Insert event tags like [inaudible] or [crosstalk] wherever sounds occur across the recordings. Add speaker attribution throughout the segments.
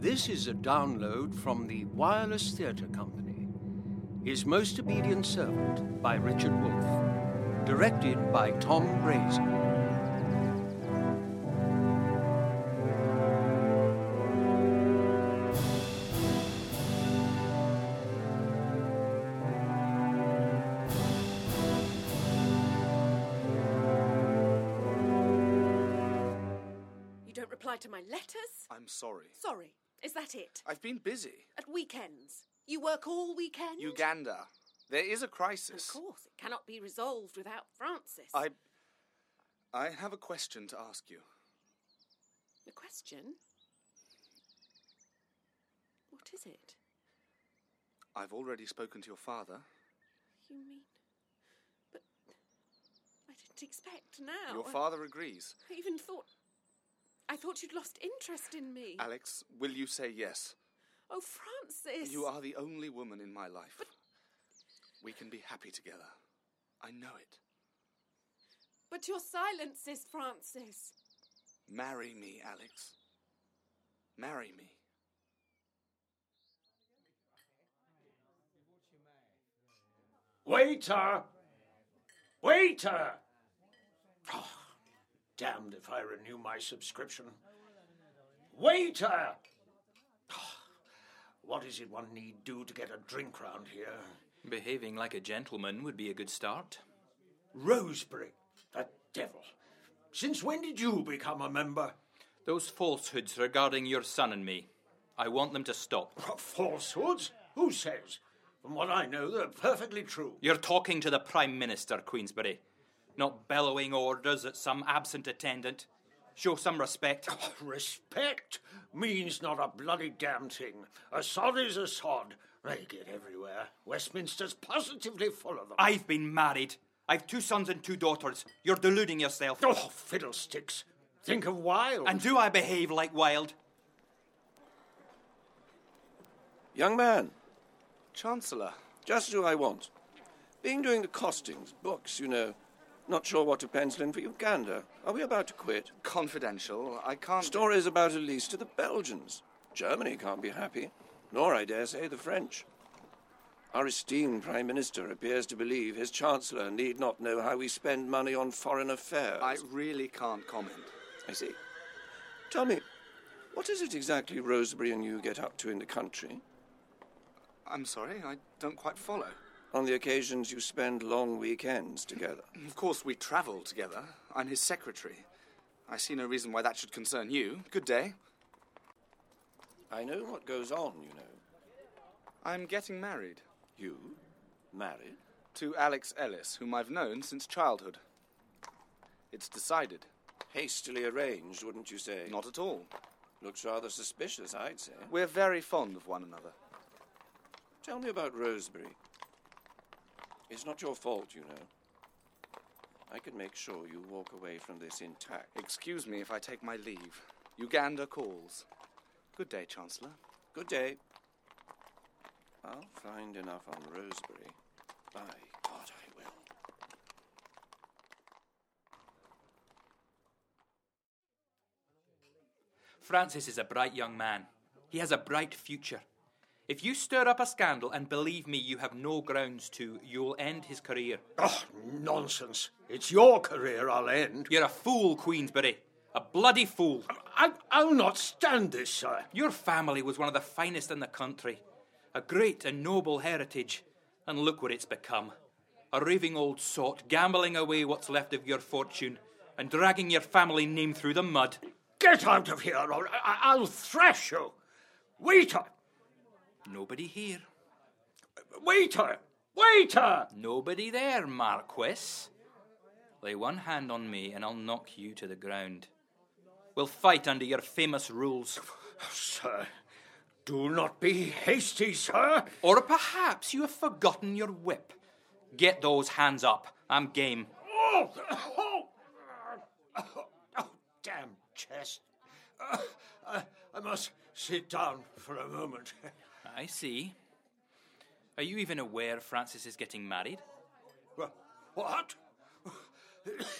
Speaker 1: This is a download from the Wireless Theatre Company. His Most Obedient Servant by Richard Wolfe. Directed by Tom Brazier.
Speaker 2: You don't reply to my letters?
Speaker 3: I'm sorry.
Speaker 2: Sorry, is that it?
Speaker 3: I've been busy.
Speaker 2: At weekends? You work all weekend?
Speaker 3: Uganda. There is a
Speaker 2: Of
Speaker 3: crisis.
Speaker 2: course, it cannot be resolved without Francis.
Speaker 3: I. I have a question to ask you.
Speaker 2: The question? What is it?
Speaker 3: I've already spoken to your father.
Speaker 2: You mean. But. I didn't expect now.
Speaker 3: Your
Speaker 2: I-
Speaker 3: father agrees.
Speaker 2: I even thought. I thought you'd lost interest in me.
Speaker 3: Alex, will you say yes?
Speaker 2: oh, Francis!
Speaker 3: You are the only woman in my life. We can be happy together. I know it.
Speaker 2: But your silence is Francis.
Speaker 3: Marry me, Alex. Marry me.
Speaker 1: Waiter! Waiter! Ah, damned if I renew my subscription. Waiter! Ah, what is it one need do to get a drink round here?
Speaker 4: Behaving like a gentleman would be a good start.
Speaker 1: Rosebery, the devil. Since when did you become a member?
Speaker 4: Those falsehoods regarding your son and me, I want them to stop.
Speaker 1: What falsehoods? Who says? From what I know, they're perfectly true.
Speaker 4: You're talking to the Prime Minister, Queensberry, not bellowing orders at some absent attendant. Show some respect.
Speaker 1: Respect means not a bloody damn thing. A sod is a sod. They get everywhere. Westminster's positively full of them.
Speaker 4: I've been married. I've two sons and two daughters. You're deluding yourself.
Speaker 1: Oh, fiddlesticks. Think of wild.
Speaker 4: And do I behave like wild?
Speaker 5: Young man,
Speaker 3: Chancellor,
Speaker 5: just who I want. Been doing the costings, books, you know. Not sure what to pencil in for Uganda. Are we about to quit?
Speaker 3: confidential. I can't.
Speaker 5: Stories about a lease to the Belgians. Germany can't be happy, nor, I dare say, the French. Our esteemed Prime Minister appears to believe his Chancellor need not know how we spend money on foreign affairs.
Speaker 3: I really can't comment.
Speaker 5: I see. Tell me, what is it exactly Rosebery and you get up to in the country?
Speaker 3: I'm sorry, I don't quite follow.
Speaker 5: On the occasions you spend long weekends together.
Speaker 3: Of course, we travel together. I'm his secretary. I see no reason why that should concern you. Good day.
Speaker 5: I know what goes on, you know.
Speaker 3: I'm getting married
Speaker 5: You? Married?
Speaker 3: to Alex Ellis, whom I've known since childhood. It's decided.
Speaker 5: Hastily arranged, wouldn't you say?
Speaker 3: Not at all.
Speaker 5: Looks rather suspicious, I'd say.
Speaker 3: We're very fond of one another.
Speaker 5: Tell me about Rosebery. It's not your fault, you know. I can make sure you walk away from this intact.
Speaker 3: Excuse me if I take my leave. Uganda calls. Good day, Chancellor.
Speaker 5: Good day. I'll find enough on Rosebery. By God, I will.
Speaker 4: Francis is a bright young man. He has a bright future. If you stir up a scandal, and believe me, you have no grounds to, you'll end his career.
Speaker 1: Oh, nonsense. It's your career I'll end.
Speaker 4: You're a fool, Queensberry. A bloody fool.
Speaker 1: I, I'll not stand this, sir.
Speaker 4: Your family was one of the finest in the country. A great and noble heritage. And look what it's become. A raving old sot gambling away what's left of your fortune and dragging your family name through the mud.
Speaker 1: Get out of here, or I, I'll thrash you. Waiter!
Speaker 4: Nobody here.
Speaker 1: Waiter! Waiter!
Speaker 4: Nobody there, Marquis. Lay one hand on me and I'll knock you to the ground. We'll fight under your famous rules.
Speaker 1: Sir, do not be hasty, sir.
Speaker 4: Or perhaps you have forgotten your whip. Get those hands up. I'm game.
Speaker 1: Oh, oh, oh, oh, damn chest. Uh, uh, I must sit down for a moment.
Speaker 4: I see. Are you even aware Francis is getting married?
Speaker 1: Wha- What?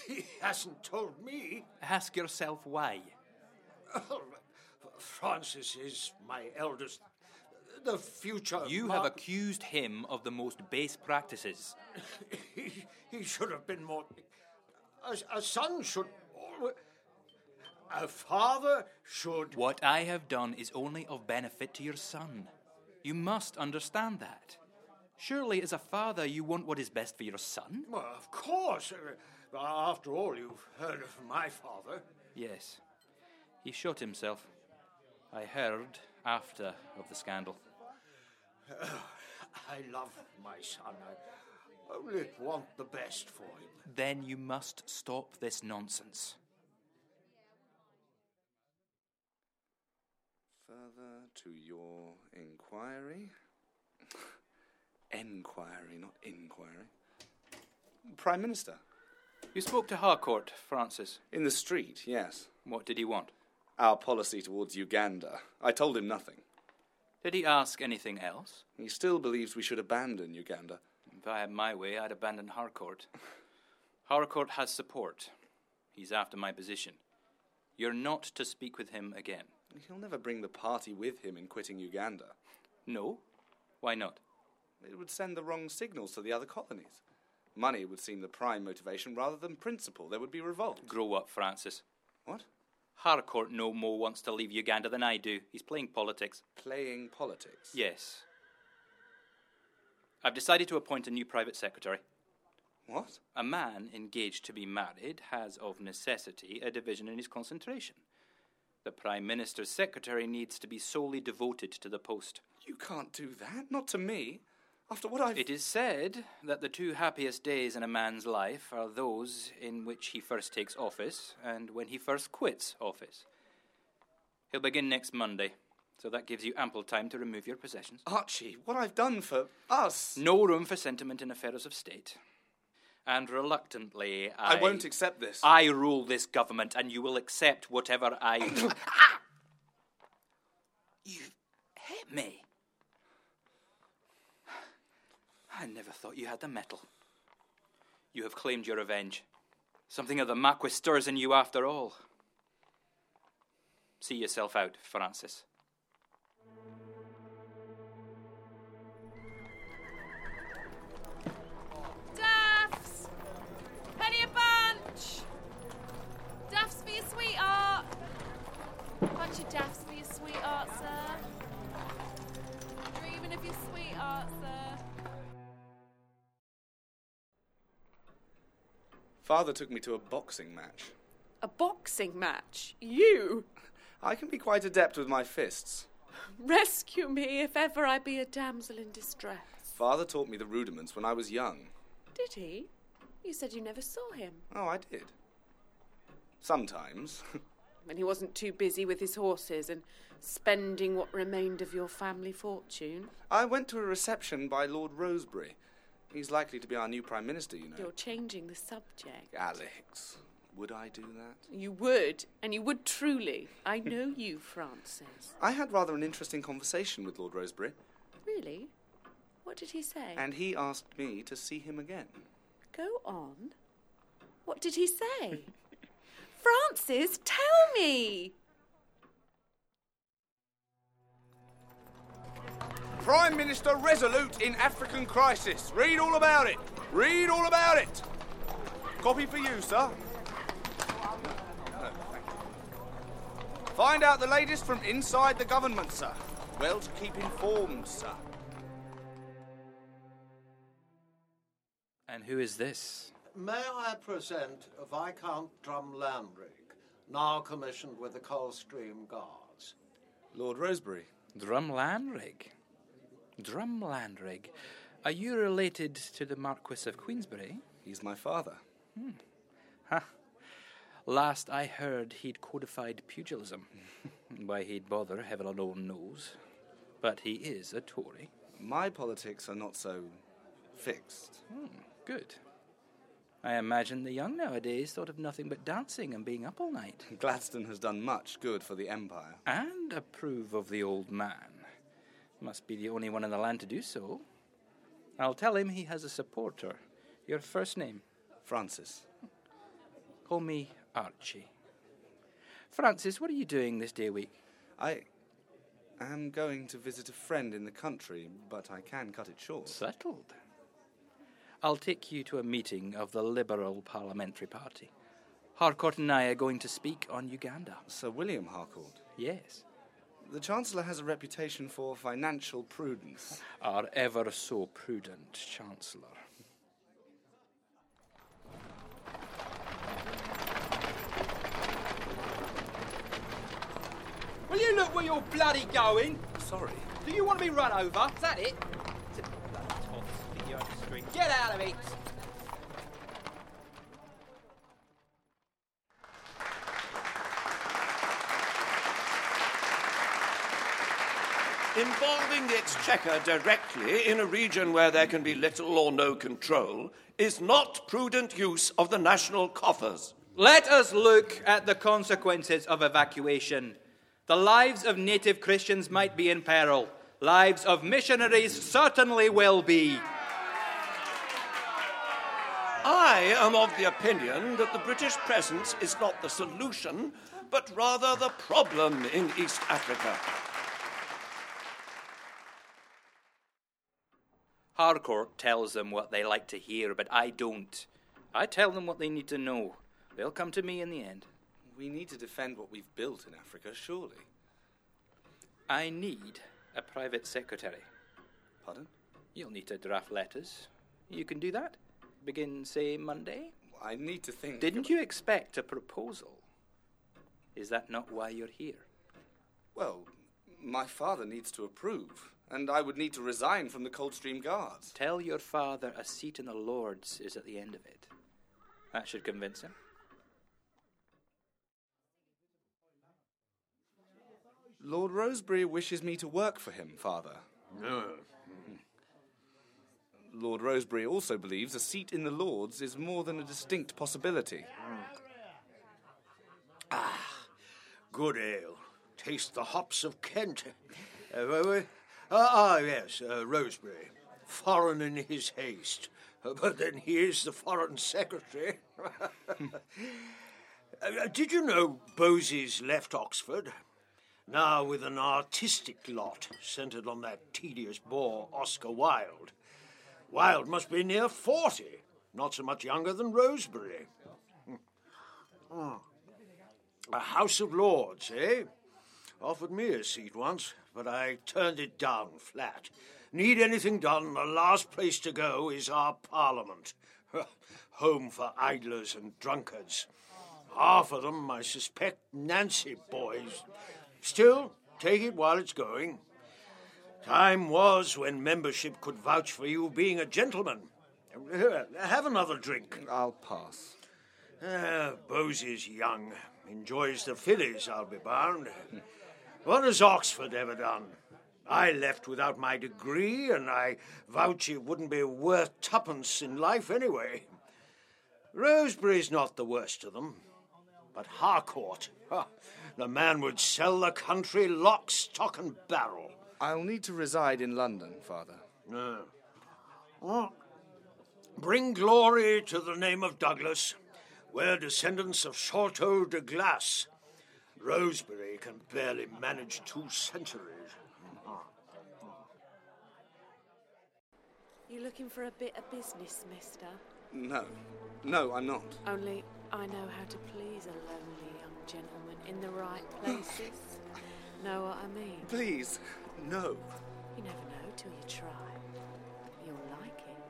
Speaker 1: He hasn't told me.
Speaker 4: Ask yourself why.
Speaker 1: Francis is my eldest. The future.
Speaker 4: You
Speaker 1: mar-
Speaker 4: have accused him of the most base practices.
Speaker 1: he, he should have been more. A, a son should. alwa- A father should.
Speaker 4: What I have done is only of benefit to your son. You must understand that. Surely, as a father, you want what is best for your son?
Speaker 1: Well, of course. uh, After all, you've heard of my father.
Speaker 4: Yes. He shot himself. I heard after of the scandal.
Speaker 1: I love my son. I only want the best for him.
Speaker 4: Then you must stop this nonsense.
Speaker 3: Further to your inquiry. enquiry, not inquiry. Prime Minister.
Speaker 4: You spoke to Harcourt, Francis.
Speaker 3: In the street, yes.
Speaker 4: What did he want?
Speaker 3: Our policy towards Uganda. I told him nothing.
Speaker 4: Did he ask anything else?
Speaker 3: He still believes we should abandon Uganda.
Speaker 4: If I had my way, I'd abandon Harcourt. [laughs] Harcourt has support. He's after my position. You're not to speak with him again.
Speaker 3: He'll never bring the party with him in quitting Uganda.
Speaker 4: No? Why not?
Speaker 3: It would send the wrong signals to the other colonies. Money would seem the prime motivation rather than principle. There would be revolt.
Speaker 4: Grow up, Francis.
Speaker 3: What?
Speaker 4: Harcourt no more wants to leave Uganda than I do. He's playing politics.
Speaker 3: Playing politics.
Speaker 4: Yes. I've decided to appoint a new private secretary.
Speaker 3: What?
Speaker 4: A man engaged to be married has, of necessity, a division in his concentration. The Prime Minister's secretary needs to be solely devoted to the post.
Speaker 3: You can't do that. Not to me. After what I've.
Speaker 4: It is said that the two happiest days in a man's life are those in which he first takes office and when he first quits office. He'll begin next Monday, so that gives you ample time to remove your possessions.
Speaker 3: Archie, what I've done for us.
Speaker 4: No room for sentiment in affairs of state. And reluctantly, I.
Speaker 3: I won't accept this.
Speaker 4: I rule this government, and you will accept whatever I. you hit me. I never thought you had the metal. You have claimed your revenge. Something of the Marquis stirs in you after all. See yourself out, Francis.
Speaker 2: Duffs! Penny a bunch! Duffs for your sweetheart! Bunch of duffs for your sweetheart, sir. Dreaming of your sweetheart, sir.
Speaker 3: Father took me to a boxing match.
Speaker 2: A boxing match? You?
Speaker 3: I can be quite adept with my fists.
Speaker 2: Rescue me if ever I be a damsel in distress.
Speaker 3: Father taught me the rudiments when I was young.
Speaker 2: Did he? You said you never saw him.
Speaker 3: Oh, I did. Sometimes. [laughs]
Speaker 2: And he wasn't too busy with his horses and spending what remained of your family fortune.
Speaker 3: I went to a reception by Lord Rosebery. He's likely to be our new Prime Minister, you know.
Speaker 2: You're changing the subject.
Speaker 3: Alex, would I do that?
Speaker 2: You would, and you would truly. I know you, Francis.
Speaker 3: I had rather an interesting conversation with Lord Rosebery,
Speaker 2: Really? What did he say?
Speaker 3: and he asked me to see him again.
Speaker 2: Go on. What did he say? [laughs] Francis, tell me!
Speaker 3: Prime Minister resolute in African crisis. Read all about it. Read all about it. Copy for you, sir. No, thank you. Find out the latest from inside the government, sir. Well, to keep informed, sir.
Speaker 4: And who is this?
Speaker 6: May I present Viscount Drumlandrig, now commissioned with the Coldstream Guards?
Speaker 3: Lord Rosebery.
Speaker 4: Drumlandrig. Drumlandrig. Are you related to the Marquis of Queensberry?
Speaker 3: He's my father.
Speaker 4: Last I heard, he'd codified pugilism. [laughs] Why he'd bother, heaven alone knows. But he is a Tory.
Speaker 3: My politics are not so fixed.
Speaker 4: Good. I imagine the young nowadays thought of nothing but dancing and being up all night.
Speaker 3: Gladstone has done much good for the Empire.
Speaker 4: And approve of the old man. Must be the only one in the land to do so. I'll tell him he has a supporter. Your first name?
Speaker 3: Francis.
Speaker 4: Call me Archie. Francis, what are you doing this day week?
Speaker 3: I am going to visit a friend in the country, but I can cut it short.
Speaker 4: Settled. I'll take you to a meeting of the Liberal Parliamentary Party. Harcourt and I are going to speak on Uganda.
Speaker 3: Sir William Harcourt.
Speaker 4: Yes.
Speaker 3: The Chancellor has a reputation for financial prudence.
Speaker 4: Our ever so prudent Chancellor.
Speaker 7: Will you look where you're bloody going?
Speaker 5: Sorry.
Speaker 7: Do you want to be run over? Is that it? It's a bloody toss. Video string. Get out of it!
Speaker 5: Involving the Exchequer directly in a region where there can be little or no control is not prudent use of the national coffers.
Speaker 4: Let us look at the consequences of evacuation. The lives of native Christians might be in peril. Lives of missionaries certainly will be.
Speaker 5: I am of the opinion that the British presence is not the solution, but rather the problem in East Africa.
Speaker 4: Harcourt tells them what they like to hear, but I don't. I tell them what they need to know. They'll come to me in the end.
Speaker 3: We need to defend what we've built in Africa, surely.
Speaker 4: I need a private secretary.
Speaker 3: Pardon?
Speaker 4: You'll need to draft letters. You can do that. Begin, say, Monday.
Speaker 3: I need to think.
Speaker 4: Didn't you expect a proposal? Is that not why you're here?
Speaker 3: Well, my father needs to approve, and I would need to resign from the Coldstream Guards.
Speaker 4: Tell your father a seat in the Lords is at the end of it. That should convince him.
Speaker 3: Lord Rosebery wishes me to work for him, father. Lord Rosebery also believes a seat in the Lords is more than a distinct possibility.
Speaker 1: Good ale. Taste the hops of Kent. Uh, were we? Ah, ah, yes, uh, Rosebery. Foreign in his haste. Uh, But then he is the Foreign Secretary. [laughs] Uh, Did you know Bosey's left Oxford? Now with an artistic lot centred on that tedious bore, Oscar Wilde. Wilde must be near 40, not so much younger than Rosebery. A House of Lords, eh? Offered me a seat once, but I turned it down flat. Need anything done, the last place to go is our Parliament. [laughs] Home for idlers and drunkards. Half of them, I suspect, Nancy boys. Still, take it while it's going. Time was when membership could vouch for you being a gentleman. Here, Have another drink.
Speaker 3: I'll pass.
Speaker 1: Ah, Bosey's young. Enjoys the fillies, I'll be bound. What has Oxford ever done? I left without my degree, and I vouch it wouldn't be worth twopence in life anyway. Rosebery's not the worst of them, but Harcourt, ha, the man would sell the country lock, stock, and barrel.
Speaker 3: I'll need to reside in London, father.
Speaker 1: No. Well, bring glory to the name of Douglas. We're descendants of Chateau de Glace. Rosebery can barely manage two centuries.
Speaker 2: You looking for a bit of business, mister?
Speaker 3: No. No, I'm not.
Speaker 2: Only I know how to please a lonely young gentleman in the right places. know what I mean?
Speaker 3: Please, no.
Speaker 2: You never know till you try. You'll like it.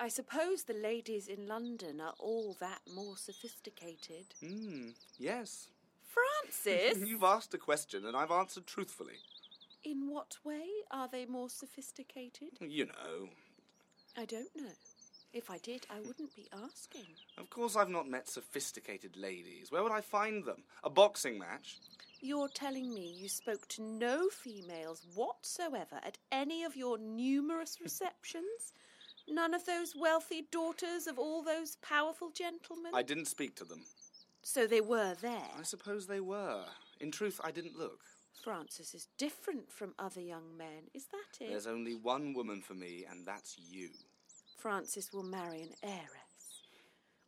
Speaker 2: I suppose the ladies in London are all that more sophisticated.
Speaker 3: Hmm. Yes. [laughs]
Speaker 2: Francis!
Speaker 3: You've asked a question and I've answered truthfully.
Speaker 2: [laughs] In what way are they more sophisticated?
Speaker 3: You know.
Speaker 2: I don't know. If I did, I wouldn't be asking.
Speaker 3: Of course, I've not met sophisticated ladies. Where would I find them? A boxing match?
Speaker 2: You're telling me you spoke to no females whatsoever at any of your numerous receptions? None of those wealthy daughters of all those powerful gentlemen?
Speaker 3: I didn't speak to them.
Speaker 2: So they were there.
Speaker 3: I suppose they were. In truth, I didn't look.
Speaker 2: Francis is different from other young men, is that it?
Speaker 3: There's only one woman for me, and that's you.
Speaker 2: Francis will marry an heiress.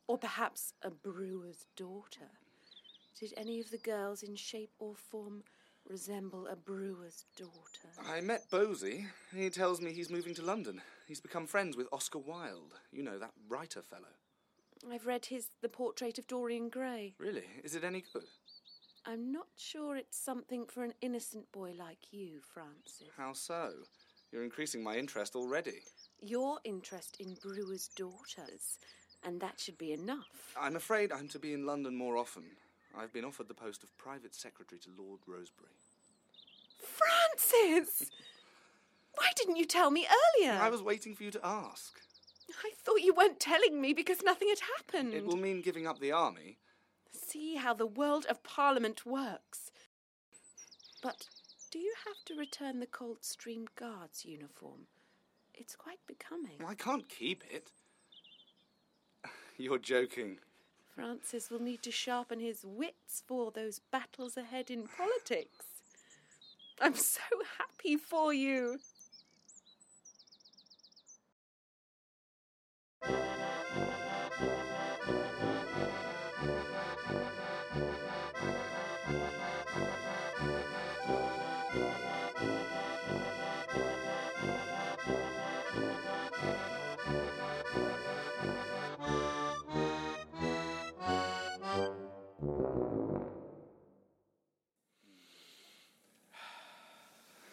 Speaker 2: Or perhaps a brewer's daughter? Did any of the girls in shape or form resemble a brewer's daughter?
Speaker 3: I met Bosey. He tells me he's moving to London. He's become friends with Oscar Wilde. You know, that writer fellow.
Speaker 2: I've read his The Portrait of Dorian Gray.
Speaker 3: Really? Is it any good?
Speaker 2: I'm not sure it's something for an innocent boy like you, Francis.
Speaker 3: How so? You're increasing my interest already.
Speaker 2: Your interest in brewer's daughters, and that should be enough.
Speaker 3: I'm afraid I'm to be in London more often. I've been offered the post of private secretary to Lord Rosebery.
Speaker 2: Francis! Why didn't you tell me earlier?
Speaker 3: I was waiting for you to ask.
Speaker 2: I thought you weren't telling me because nothing had happened.
Speaker 3: It will mean giving up the army.
Speaker 2: See how the world of Parliament works. But do you have to return the Coldstream Guards uniform? It's quite becoming.
Speaker 3: I can't keep it. [laughs] You're joking.
Speaker 2: Francis will need to sharpen his wits for those battles ahead in politics. I'm so happy for you.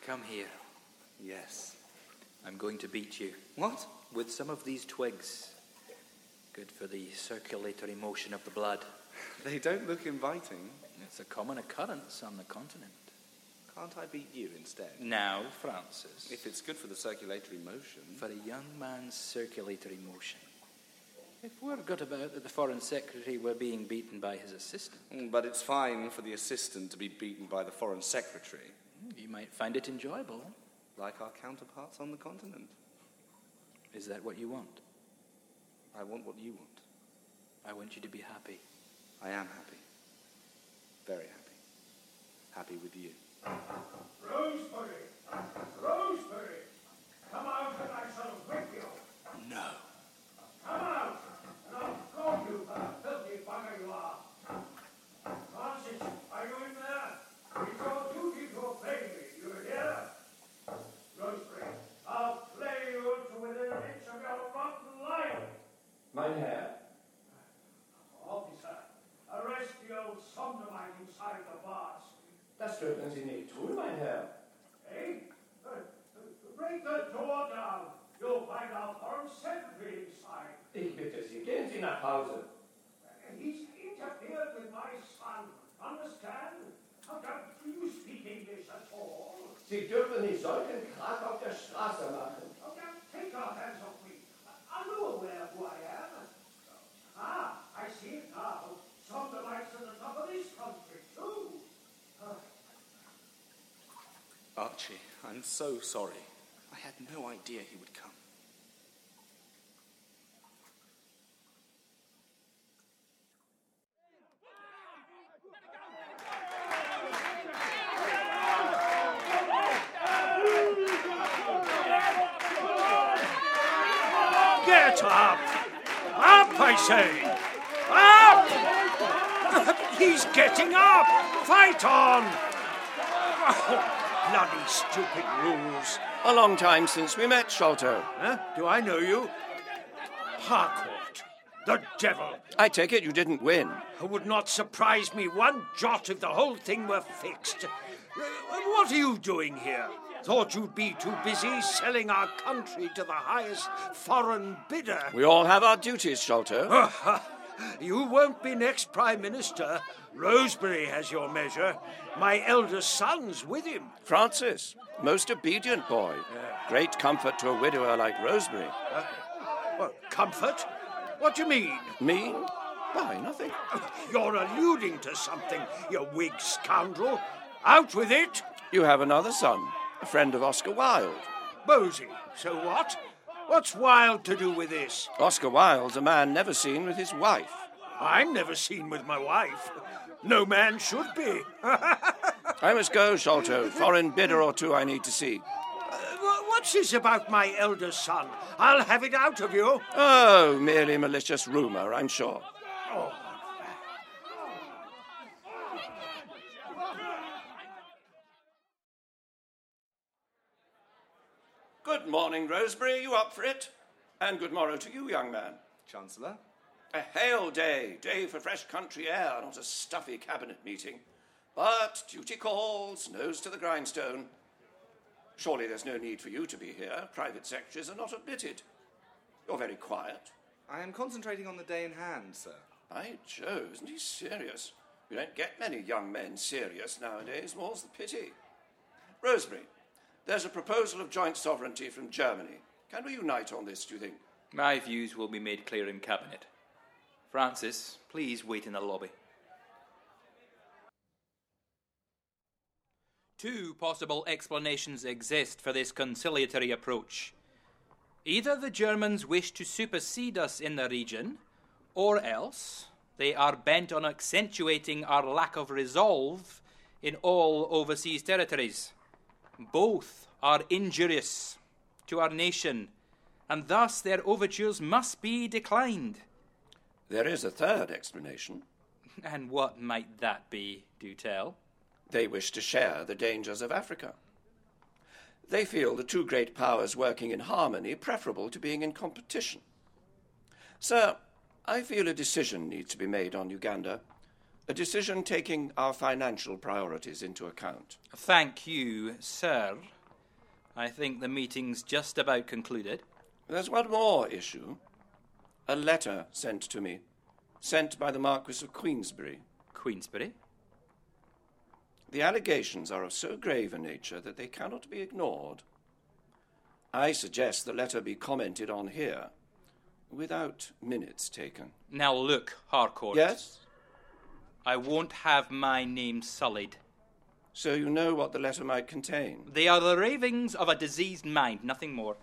Speaker 4: Come here.
Speaker 3: Yes.
Speaker 4: I'm going to beat you
Speaker 3: What?
Speaker 4: with some of these twigs. Good for the circulatory motion of the blood.
Speaker 3: They don't look inviting.
Speaker 4: It's a common occurrence on the continent.
Speaker 3: Can't I beat you instead?
Speaker 4: Now, Francis.
Speaker 3: If it's good for the circulatory motion.
Speaker 4: for a young man's circulatory motion. If word got about that the Foreign Secretary were being beaten by his assistant,
Speaker 3: Mm, But it's fine for the assistant to be beaten by the foreign secretary,
Speaker 4: you might find it enjoyable.
Speaker 3: like our counterparts on the continent.
Speaker 4: Is that what you want?
Speaker 3: I want what you want.
Speaker 4: I want you to be happy.
Speaker 3: I am happy. Very happy. Happy with you.
Speaker 8: Roseberry! Roseberry! Come out and I shall whip you!
Speaker 4: No.
Speaker 8: Come out and I'll call you a filthy bugger you are! Francis, are you in there? It's your duty to obey me, you hear? Roseberry, I'll play you to within an inch of your rotten life! Officer, arrest the old Sondermite inside the bars. Eh? Uh, uh, Break the door down. You'll find our foreign secretary inside.
Speaker 9: Ich bitte Sie, gehen Sie nach Hause.
Speaker 8: Uh, He's interfered with my son. Understand? How don't you speak English at all?
Speaker 9: Sie dürfen nicht solchen Krach auf der Straße machen.
Speaker 8: How don't take your hands off me? I- I'm not aware of who I am. Ah, I see it now. Some delights in the top of this country, too.
Speaker 3: Archie, I'm so sorry. I had no idea he would come.
Speaker 1: Get up! Up, I say! Up! [laughs] He's getting up! Fight on! [laughs] bloody stupid rules.
Speaker 5: A long time since we met, Sholto.
Speaker 1: Huh? Do I know you? Harcourt, the devil.
Speaker 5: I take it you didn't win.
Speaker 1: It would not surprise me one jot if the whole thing were fixed. Uh, What are you doing here? Thought you'd be too busy selling our country to the highest foreign bidder.
Speaker 5: We all have our duties, Sholto.
Speaker 1: [laughs] You won't be next Prime Minister. Rosebery has your measure. My eldest son's with him.
Speaker 5: Francis, most obedient boy. Great comfort to a widower like Rosebery.
Speaker 1: Well, Uh, comfort? What do you mean? [laughs]
Speaker 5: Me? Why, nothing.
Speaker 1: You're alluding to something, you Whig scoundrel. Out with it!
Speaker 5: You have another son, a friend of Oscar Wilde.
Speaker 1: Bosey. So what? What's Wilde to do with this?
Speaker 5: Oscar Wilde's a man never seen with his wife.
Speaker 1: I'm never seen with my wife. No man should be. Uh,
Speaker 5: I must go, Sholto. Foreign bidder or two I need to see.
Speaker 1: Uh, wha- what's this about my elder son? I'll have it out of you.
Speaker 5: Oh, merely malicious rumour, I'm sure. Good morning, Rosebery. You up for it? And good morrow to you, young man.
Speaker 3: Chancellor?
Speaker 5: A hail day, day for fresh country air, not a stuffy cabinet meeting. But duty calls, nose to the grindstone. Surely there's no need for you to be here. Private secretaries are not admitted. You're very quiet.
Speaker 3: I am concentrating on the day in hand, sir.
Speaker 5: By Jove, isn't he serious? You don't get many young men serious nowadays, more's the pity. Rosebery, there's a proposal of joint sovereignty from Germany. Can we unite on this, do you think?
Speaker 4: My views will be made clear in Cabinet. Francis, please wait in the lobby. Two possible explanations exist for this conciliatory approach. Either the Germans wish to supersede us in the region, or else they are bent on accentuating our lack of resolve in all overseas territories. Both are injurious to our nation, and thus their overtures must be declined. [laughs]
Speaker 5: There is a third explanation.
Speaker 4: And what might that be, do tell?
Speaker 5: They wish to share the dangers of Africa. They feel the two great powers working in harmony preferable to being in competition. Sir, I feel a decision needs to be made on Uganda, a decision taking our financial priorities into account.
Speaker 4: Thank you, sir. I think the meeting's just about concluded.
Speaker 5: There's one more issue a letter sent to me, sent by the Marquis of Queensberry.
Speaker 4: Queensberry?
Speaker 5: The allegations are of so grave a nature that they cannot be ignored. I suggest the letter be commented on here, without minutes taken.
Speaker 4: Now look, Harcourt.
Speaker 5: Yes?
Speaker 4: I won't have my name sullied.
Speaker 5: So you know what the letter might contain.
Speaker 4: They are the ravings of a diseased mind, nothing more.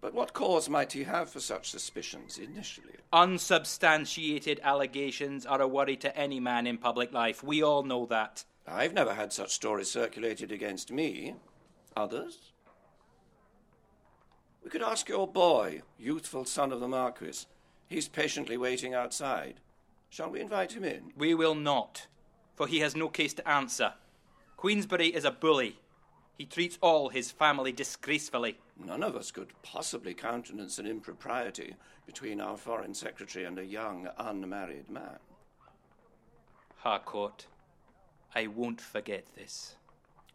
Speaker 5: But what cause might he have for such suspicions initially?
Speaker 4: Unsubstantiated allegations are a worry to any man in public life. We all know that.
Speaker 5: I've never had such stories circulated against me. Others? We could ask your boy, youthful son of the Marquis. He's patiently waiting outside. Shall we invite him in?
Speaker 4: We will not, for he has no case to answer. Queensberry is a bully. He treats all his family disgracefully.
Speaker 5: None of us could possibly countenance an impropriety between our Foreign Secretary and a young, unmarried man.
Speaker 4: Harcourt, I won't forget this.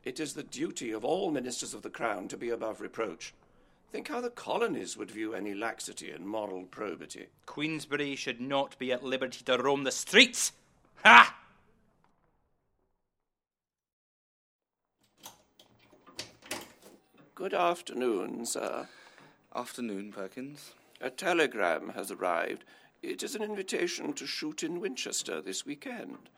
Speaker 5: It is the duty of all ministers of the Crown to be above reproach. Think how the colonies would view any laxity in moral probity.
Speaker 4: Queensberry should not be at liberty to roam the streets. Ha!
Speaker 5: Good afternoon, sir.
Speaker 3: Afternoon, Perkins.
Speaker 5: A telegram has arrived. It is an invitation to shoot in Winchester this weekend.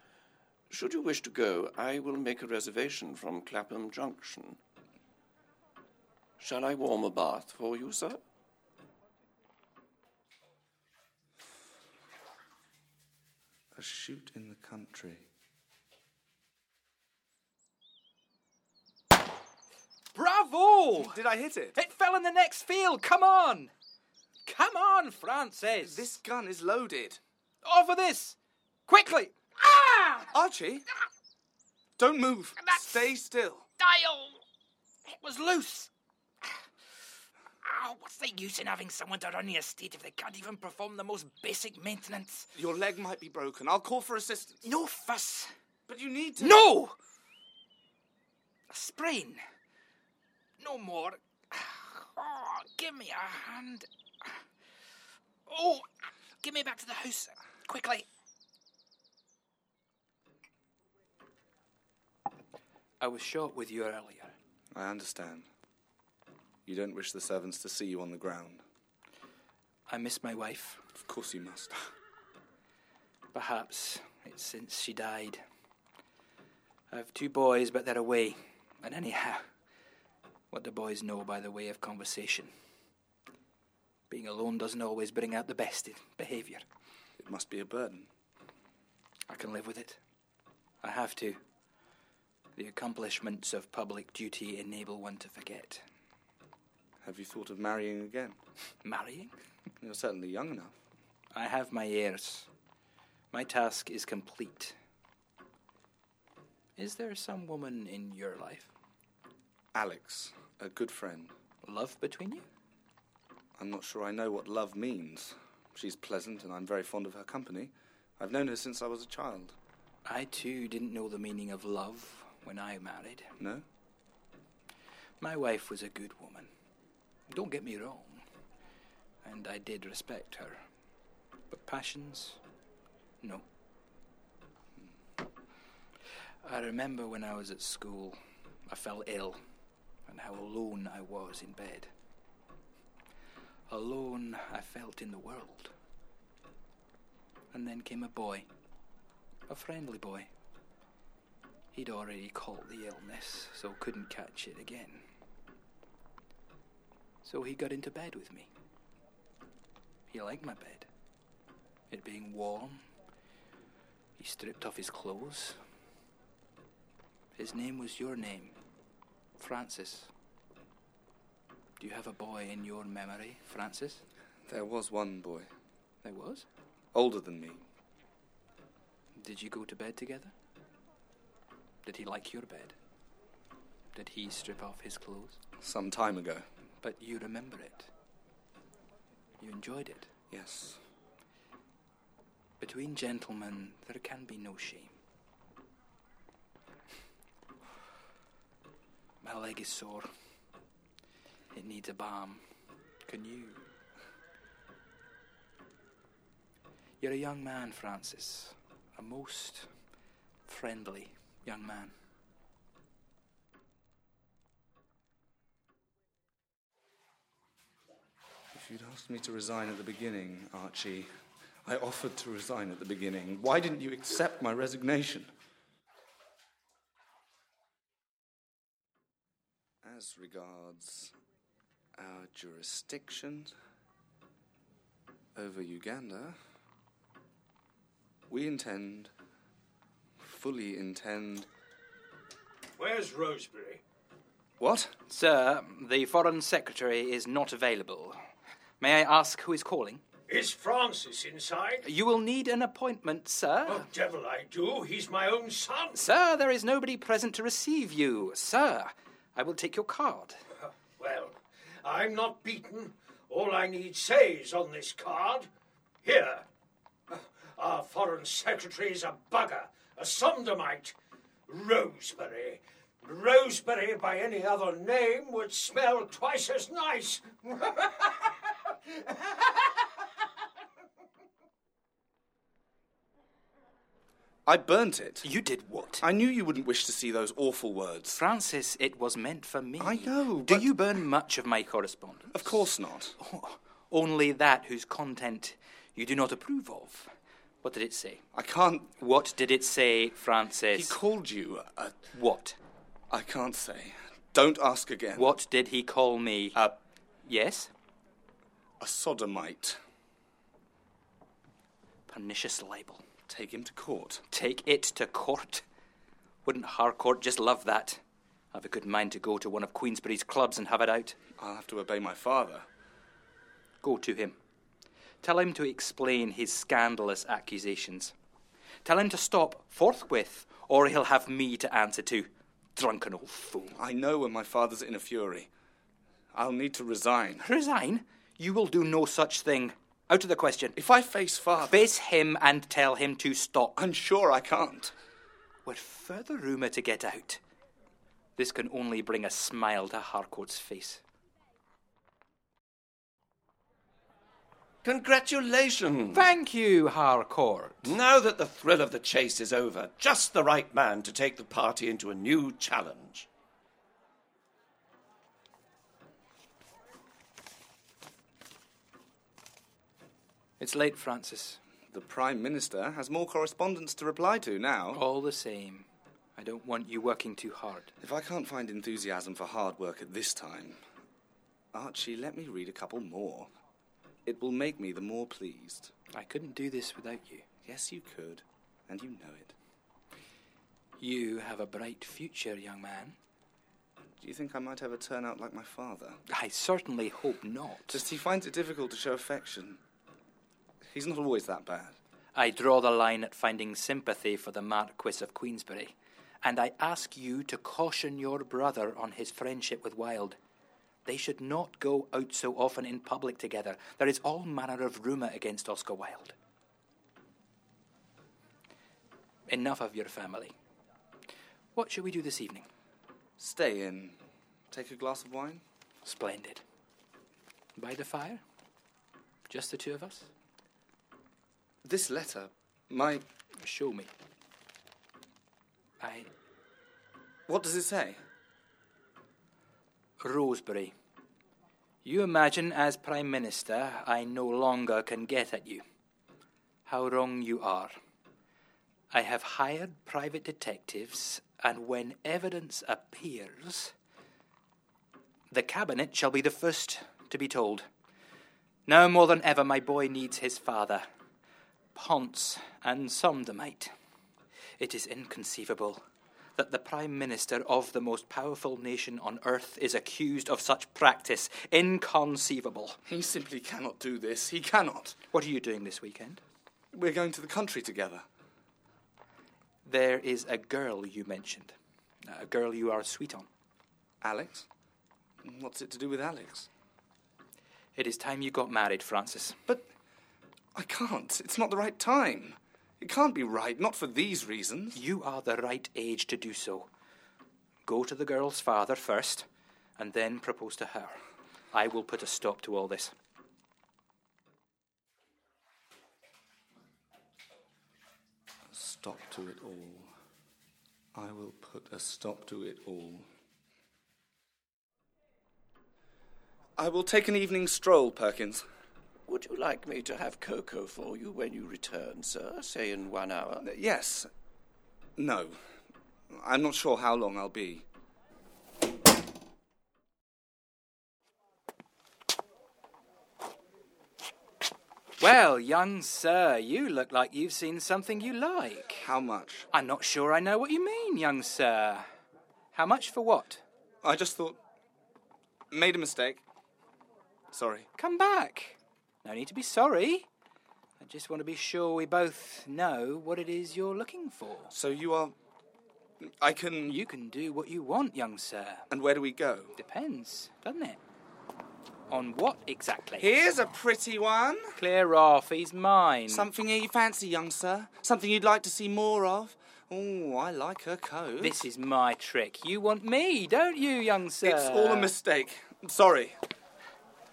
Speaker 5: Should you wish to go, I will make a reservation from Clapham Junction. Shall I warm a bath for you, sir?
Speaker 3: A shoot in the country.
Speaker 4: Bravo!
Speaker 3: Did I hit it?
Speaker 4: It fell in the next field. Come on! Come on, Francis!
Speaker 3: This gun is loaded.
Speaker 4: Over this! Quickly! Ah!
Speaker 3: Archie! Don't move. Stay still.
Speaker 10: Dale! It was loose. Oh, what's the use in having someone to run your estate if they can't even perform the most basic maintenance?
Speaker 3: Your leg might be broken. I'll call for assistance.
Speaker 10: No fuss.
Speaker 3: But you need to.
Speaker 10: No! A sprain. No more. Oh, give me a hand. Oh, give me back to the house. Quickly.
Speaker 4: I was shot with you earlier.
Speaker 3: I understand. You don't wish the servants to see you on the ground.
Speaker 4: I miss my wife.
Speaker 3: Of course you must.
Speaker 4: Perhaps it's since she died. I have two boys, but they're away. And anyhow, what do boys know by the way of conversation? Being alone doesn't always bring out the best in behaviour.
Speaker 3: It must be a burden.
Speaker 4: I can live with it. I have to. The accomplishments of public duty enable one to forget.
Speaker 3: Have you thought of marrying again?
Speaker 4: Marrying?
Speaker 3: You're certainly young enough.
Speaker 4: I have my heirs. My task is complete. Is there some woman in your life?
Speaker 3: Alex, a good friend.
Speaker 4: Love between you?
Speaker 3: I'm not sure I know what love means. She's pleasant, and I'm very fond of her company. I've known her since I was a child.
Speaker 4: I too didn't know the meaning of love when I married.
Speaker 3: No?
Speaker 4: My wife was a good woman. Don't get me wrong. And I did respect her. But passions? No. Hmm. I remember when I was at school, I fell ill and how alone I was in bed. Alone I felt in the world. And then came a boy, a friendly boy. He'd already caught the illness, so couldn't catch it again. So he got into bed with me. He liked my bed, it being warm. He stripped off his clothes. His name was your name, Francis. Do you have a boy in your memory, Francis?
Speaker 3: There was one boy.
Speaker 4: There was?
Speaker 3: Older than me.
Speaker 4: Did you go to bed together? Did he like your bed? Did he strip off his clothes?
Speaker 3: Some time ago.
Speaker 4: But you remember it. You enjoyed it.
Speaker 3: Yes.
Speaker 4: Between gentlemen, there can be no shame. My leg is sore. It needs a balm. Can you? You're a young man, Francis. A most friendly young man.
Speaker 3: If you'd asked me to resign at the beginning, Archie, I offered to resign at the beginning. Why didn't you accept my resignation? As regards our jurisdiction over Uganda, we intend, fully intend.
Speaker 1: Where's Roseberry?
Speaker 3: What?
Speaker 4: Sir, the Foreign Secretary is not available. May I ask who is calling?
Speaker 1: Is Francis inside?
Speaker 4: You will need an appointment, sir.
Speaker 1: Oh, devil I do. He's my own son.
Speaker 4: Sir, there is nobody present to receive you. Sir, I will take your card.
Speaker 1: Well, I'm not beaten. All I need say is on this card. Here. Our foreign secretary is a bugger, a Sundermite. Roseberry. Roseberry by any other name would smell twice as nice.
Speaker 3: I burnt it.
Speaker 4: You did what?
Speaker 3: I knew you wouldn't wish to see those awful words.
Speaker 4: Francis, it was meant for me.
Speaker 3: I know.
Speaker 4: Do you burn much of my correspondence?
Speaker 3: Of course not.
Speaker 4: Oh, only that whose content you do not approve of. What did it say?
Speaker 3: I can't.
Speaker 4: What did it say,
Speaker 3: He
Speaker 4: Francis?
Speaker 3: called you a.
Speaker 4: what?
Speaker 3: I can't say. Don't ask again.
Speaker 4: What did he call me?
Speaker 3: A,
Speaker 4: yes?
Speaker 3: a sodomite.
Speaker 4: Pernicious libel.
Speaker 3: Take him to court.
Speaker 4: Take it to court. Wouldn't Harcourt just love that? I've a good mind to go to one of Queensberry's clubs and have it out.
Speaker 3: I'll have to obey my father.
Speaker 4: Go to him. Tell him to explain his scandalous accusations. Tell him to stop forthwith, or he'll have me to answer to. Drunken old fool.
Speaker 3: I know when my father's in a fury. I'll need to resign.
Speaker 4: Resign? You will do no such thing. Out of the question.
Speaker 3: If I face father,
Speaker 4: Face him and tell him to stop.
Speaker 3: I'm sure I can't.
Speaker 4: With further rumour to get out. This can only bring a smile to Harcourt's face.
Speaker 5: Congratulations!
Speaker 4: Thank you, Harcourt.
Speaker 5: Now that the thrill of the chase is over, just the right man to take the party into a new challenge.
Speaker 4: It's late, Francis.
Speaker 3: The Prime Minister has more correspondence to reply to now.
Speaker 4: All the same, I don't want you working too hard.
Speaker 3: If I can't find enthusiasm for hard work at this time, Archie, let me read a couple more. It will make me the more pleased.
Speaker 4: I couldn't do this without you.
Speaker 3: Yes, you could, and you know it.
Speaker 4: You have a bright future, young man.
Speaker 3: Do you think I might ever turn out like my father?
Speaker 4: I certainly hope not.
Speaker 3: Just he finds it difficult to show affection. He's not always that bad.
Speaker 4: I draw the line at finding sympathy for the Marquis of Queensberry, and I ask you to caution your brother on his friendship with Wilde. They should not go out so often in public together. There is all manner of rumour against Oscar Wilde. Enough of your family. What shall we do this evening?
Speaker 3: Stay in. Take a glass of wine?
Speaker 4: Splendid. By the fire? Just the two of us?
Speaker 3: This letter, my.
Speaker 4: Show me. I.
Speaker 3: What does it say?
Speaker 4: Rosebery. You imagine, as Prime Minister, I no longer can get at you. How wrong you are. I have hired private detectives, and when evidence appears, the Cabinet shall be the first to be told. Now more than ever, my boy needs his father, Ponce and Somdamite. It is inconceivable that the Prime Minister of the most powerful nation on earth is accused of such practice. Inconceivable.
Speaker 3: He simply cannot do this. He cannot.
Speaker 4: What are you doing this weekend?
Speaker 3: We're going to the country together.
Speaker 4: There is a girl you mentioned, Uh, a girl you are sweet on.
Speaker 3: Alex? What's it to do with Alex?
Speaker 4: It is time you got married, Francis.
Speaker 3: But I can't. It's not the right time. It can't be right, not for these reasons.
Speaker 4: You are the right age to do so. Go to the girl's father first, and then propose to her. I will put a stop to all this.
Speaker 3: A stop to it all. I will put a stop to it all. I will take an evening stroll, Perkins.
Speaker 5: Would you like me to have cocoa for you when you return, sir? Say in one hour?
Speaker 3: Yes. No. I'm not sure how long I'll be.
Speaker 4: Well, young sir, you look like you've seen something you like.
Speaker 3: How much?
Speaker 4: I'm not sure I know what you mean, young sir. How much for what?
Speaker 3: I just thought. Made a mistake. Sorry.
Speaker 4: Come back. No need to be sorry. I just want to be sure we both know what it is you're looking for.
Speaker 3: So you are. I can.
Speaker 4: You can do what you want, young sir.
Speaker 3: And where do we go?
Speaker 4: Depends, doesn't it? On what exactly?
Speaker 3: Here's a pretty one.
Speaker 4: Clear off, he's mine.
Speaker 3: Something you fancy, young sir? Something you'd like to see more of? Oh, I like her coat.
Speaker 4: This is my trick. You want me, don't you, young sir?
Speaker 3: It's all a mistake. Sorry.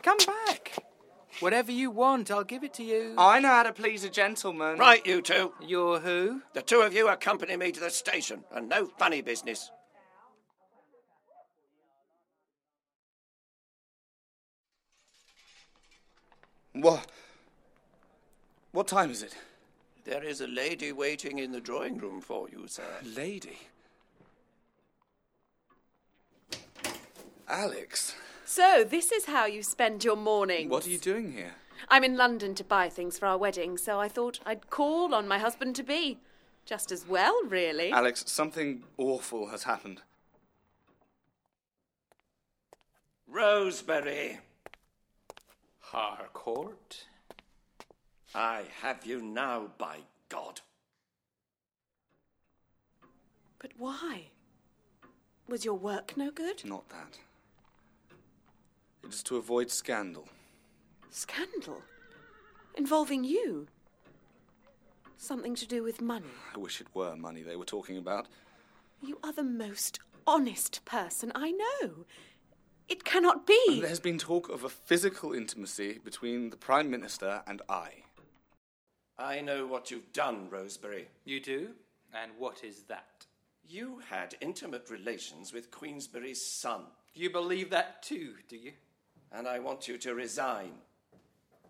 Speaker 4: Come back. Whatever you want, I'll give it to you.
Speaker 3: I know how to please a gentleman.
Speaker 5: Right, you two.
Speaker 4: You're who?
Speaker 5: The two of you accompany me to the station, and no funny business.
Speaker 3: What? What time is it?
Speaker 5: There is a lady waiting in the drawing room for you, sir.
Speaker 3: Lady? Alex.
Speaker 2: So, this is how you spend your mornings.
Speaker 3: What are you doing here?
Speaker 2: I'm in London to buy things for our wedding, so I thought I'd call on my husband to be. Just as well, really.
Speaker 3: Alex, something awful has happened.
Speaker 5: Roseberry,
Speaker 4: Harcourt?
Speaker 5: I have you now, by God.
Speaker 2: But why? Was your work no good?
Speaker 3: Not that. It is to avoid scandal.
Speaker 2: Scandal? Involving you? Something to do with money?
Speaker 3: I wish it were money they were talking about.
Speaker 2: You are the most honest person I know. It cannot be.
Speaker 3: Oh, There's been talk of a physical intimacy between the Prime Minister and I.
Speaker 5: I know what you've done, Rosebery.
Speaker 4: You do? And what is that?
Speaker 5: You had intimate relations with Queensberry's son,
Speaker 4: You believe that too, do you?
Speaker 5: and I want you to resign.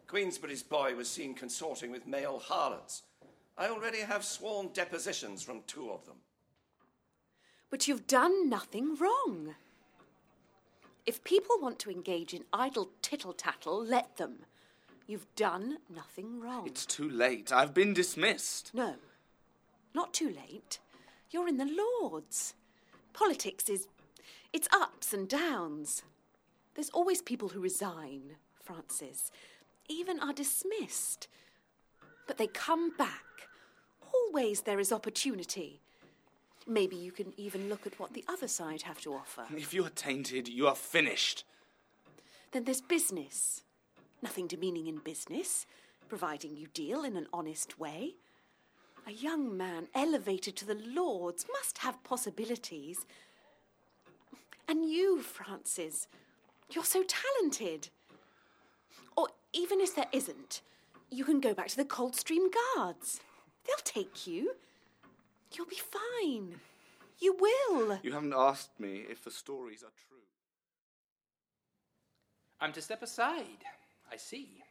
Speaker 5: Queensberry's boy was seen consorting with male harlots. I already have sworn depositions from two of them.
Speaker 2: But you've done nothing wrong. If people want to engage in idle tittle tattle, let them. You've done nothing wrong.
Speaker 3: It's too late. I've been dismissed.
Speaker 2: No, not too late. You're in the Lords. Politics is It's ups and downs. There's always people who resign, Francis, even are dismissed. But they come back. Always there is opportunity. Maybe you can even look at what the other side have to offer.
Speaker 3: If you're tainted, you are finished.
Speaker 2: Then there's business. Nothing demeaning in business, providing you deal in an honest way. A young man elevated to the Lords must have possibilities. And you, Francis, you're so talented. Or even if there isn't, you can go back to the Coldstream Guards. They'll take you. You'll be fine. You will.
Speaker 3: You haven't asked me if the stories are true.
Speaker 4: I'm to step aside. I see.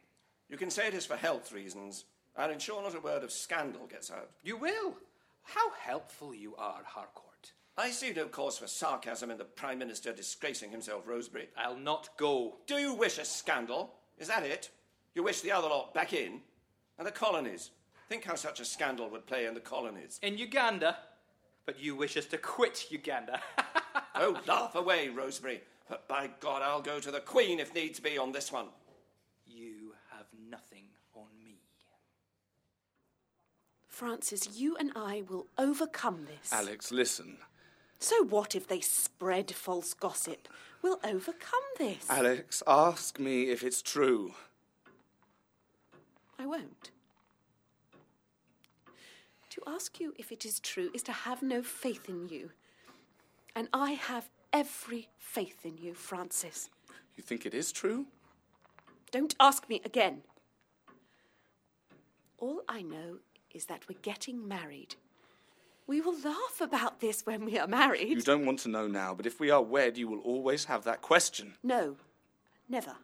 Speaker 5: You can say it is for health reasons. I'll ensure not a word of scandal gets out.
Speaker 4: You will. How helpful you are, Harcourt.
Speaker 5: I see no cause for sarcasm in the Prime Minister disgracing himself, Rosebery.
Speaker 4: I'll not go.
Speaker 5: Do you wish a scandal? Is that it? You wish the other lot back in? And the colonies? Think how such a scandal would play in the colonies.
Speaker 4: In Uganda. But you wish us to quit Uganda. [laughs]
Speaker 5: oh, laugh away, Rosebery. But by God, I'll go to the Queen if needs be on this one.
Speaker 4: You have nothing on me.
Speaker 2: Francis, you and I will overcome this.
Speaker 3: Alex, listen.
Speaker 2: So what if they spread false gossip? We'll overcome this.
Speaker 3: Alex, ask me if it's true.
Speaker 2: I won't. To ask you if it is true is to have no faith in you. And I have every faith in you, Francis.
Speaker 3: You think it is true?
Speaker 2: Don't ask me again. All I know is that we're getting married. We will laugh about this when we are married.
Speaker 3: You don't want to know now, but if we are wed, you will always have that question.
Speaker 2: No, never.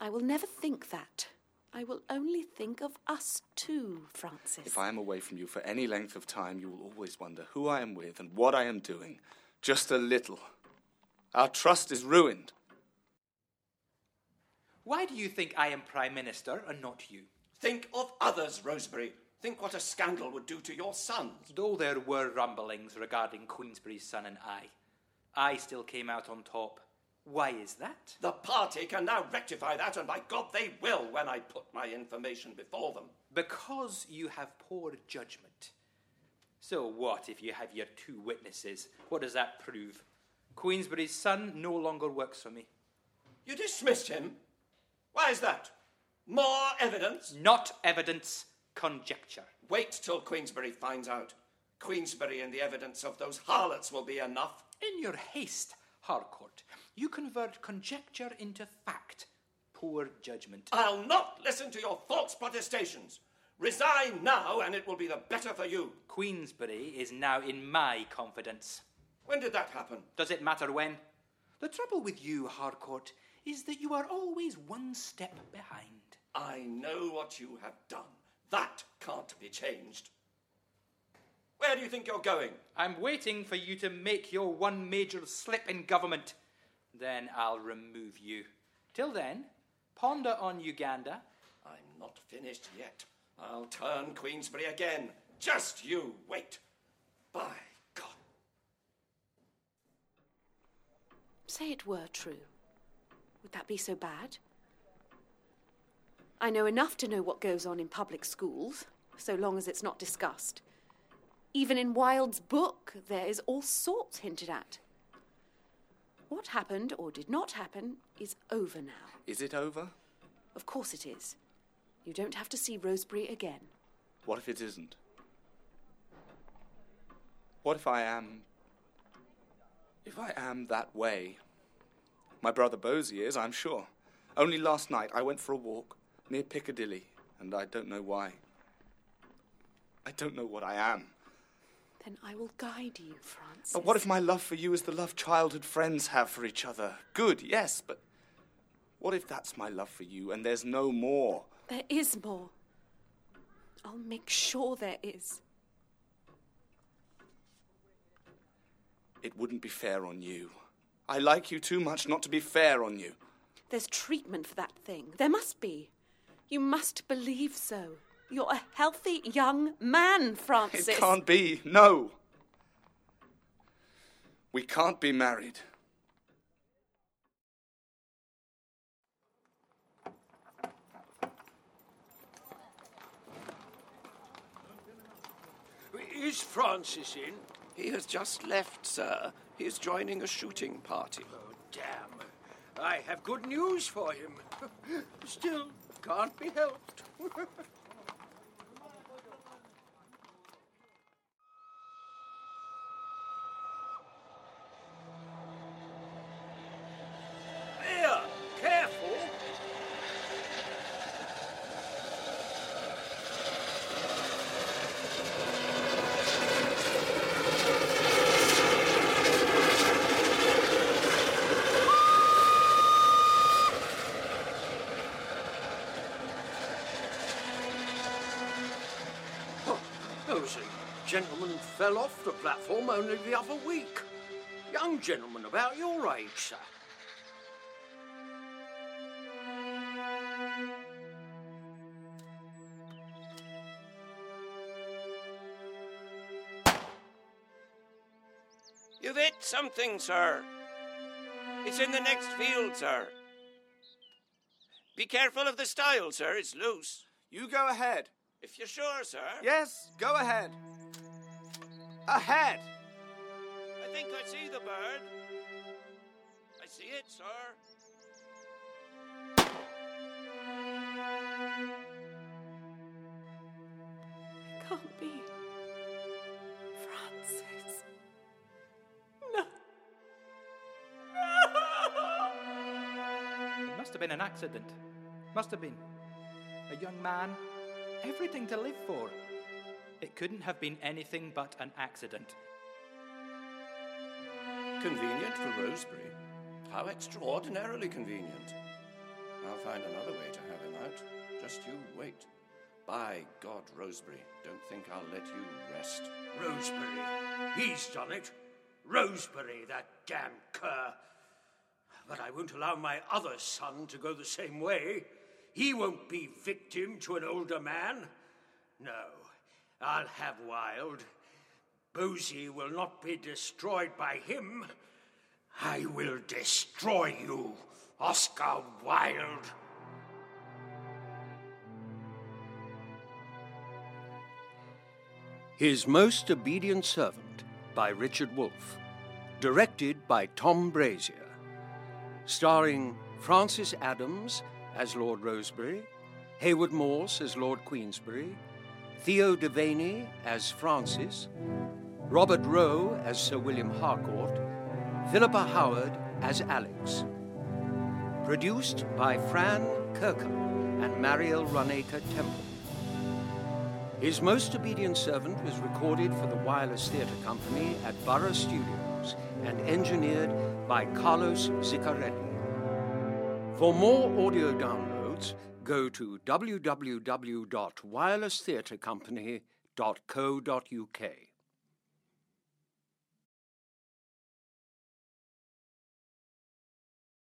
Speaker 2: I will never think that. I will only think of us two, Francis.
Speaker 3: If I am away from you for any length of time, you will always wonder who I am with and what I am doing. Just a little. Our trust is ruined.
Speaker 4: Why do you think I am Prime Minister and not you?
Speaker 5: Think of others, Rosebery. Think what a scandal would do to your sons.
Speaker 4: Though there were rumblings regarding Queensberry's son and I, I still came out on top. Why is that?
Speaker 5: The party can now rectify that, and by God they will when I put my information before them.
Speaker 4: Because you have poor judgment. So what if you have your two witnesses? What does that prove? Queensberry's son no longer works for me.
Speaker 5: You dismissed him? Why is that? More evidence?
Speaker 4: Not evidence, conjecture.
Speaker 5: Wait till Queensberry finds out. Queensberry and the evidence of those harlots will be enough.
Speaker 4: In your haste, Harcourt, you convert conjecture into fact. Poor judgment.
Speaker 5: I'll not listen to your false protestations. Resign now, and it will be the better for you.
Speaker 4: Queensberry is now in my confidence.
Speaker 5: When did that happen?
Speaker 4: Does it matter when? The trouble with you, Harcourt, is that you are always one step behind.
Speaker 5: I know what you have done. That can't be changed. Where do you think you're going?
Speaker 4: I'm waiting for you to make your one major slip in government. Then I'll remove you. Till then, ponder on Uganda.
Speaker 5: I'm not finished yet. I'll turn Queensbury again. Just you wait. By God.
Speaker 2: Say it were true. Would that be so bad? I know enough to know what goes on in public schools, so long as it's not discussed. Even in Wilde's book, there is all sorts hinted at. What happened or did not happen is over now.
Speaker 3: Is it over?
Speaker 2: Of course it is. You don't have to see Rosebery again.
Speaker 3: What if it isn't? What if I am. If I am that way? My brother Bosey is, I'm sure. Only last night I went for a walk near Piccadilly, and I don't know why. I don't know what I am.
Speaker 2: Then I will guide you, Francis.
Speaker 3: But what if my love for you is the love childhood friends have for each other? Good, yes, but what if that's my love for you and there's no more?
Speaker 2: There is more. I'll make sure there is.
Speaker 3: It wouldn't be fair on you. I like you too much not to be fair on you.
Speaker 2: There's treatment for that thing. There must be. You must believe so. You're a healthy young man, Francis.
Speaker 3: It can't be. No. We can't be married.
Speaker 1: Is Francis in?
Speaker 5: He has just left, sir. He is joining a shooting party.
Speaker 1: Damn. I have good news for him. [laughs] Still can't be helped. Here, careful. Those gentlemen fell off the platform only the other week. Young gentleman about your age, sir.
Speaker 5: You've hit something, sir. It's in the next field, sir. Be careful of the stile, sir. It's loose.
Speaker 11: You go ahead.
Speaker 5: If you're sure, sir.
Speaker 11: Yes, go ahead. Ahead!
Speaker 5: I think I see the bird. I see it, sir.
Speaker 2: Can't be. Francis. No. [laughs]
Speaker 4: It must have been an accident. Must have been. A young man, everything to live for. It couldn't have been anything but an accident.
Speaker 5: Convenient for Rosebery. How extraordinarily convenient. I'll find another way to have him out. Just you wait. By God, Rosebery, don't think I'll let you rest.
Speaker 1: Rosebery. He's done it. Rosebery, that damn cur. But I won't allow my other son to go the same way. He won't be victim to an older man. No, I'll have Wild. Bosie will not be destroyed by him. I will destroy you, Oscar Wilde.
Speaker 12: His Most Obedient Servant by Richard Wolfe. Directed by Tom Brazier. Starring Francis Adams as Lord Rosebery, Hayward Morse as Lord Queensberry, Theo Devaney as Francis, Robert Rowe as Sir William Harcourt, Philippa Howard as Alex. Produced by Fran Kirkham and Mariel Runacre Temple. His Most Obedient Servant was recorded for the Wireless Theatre Company at Borough Studios and engineered by Carlos Ziccarelli. For more audio downloads, go to www.wirelesstheatrecompany.co.uk.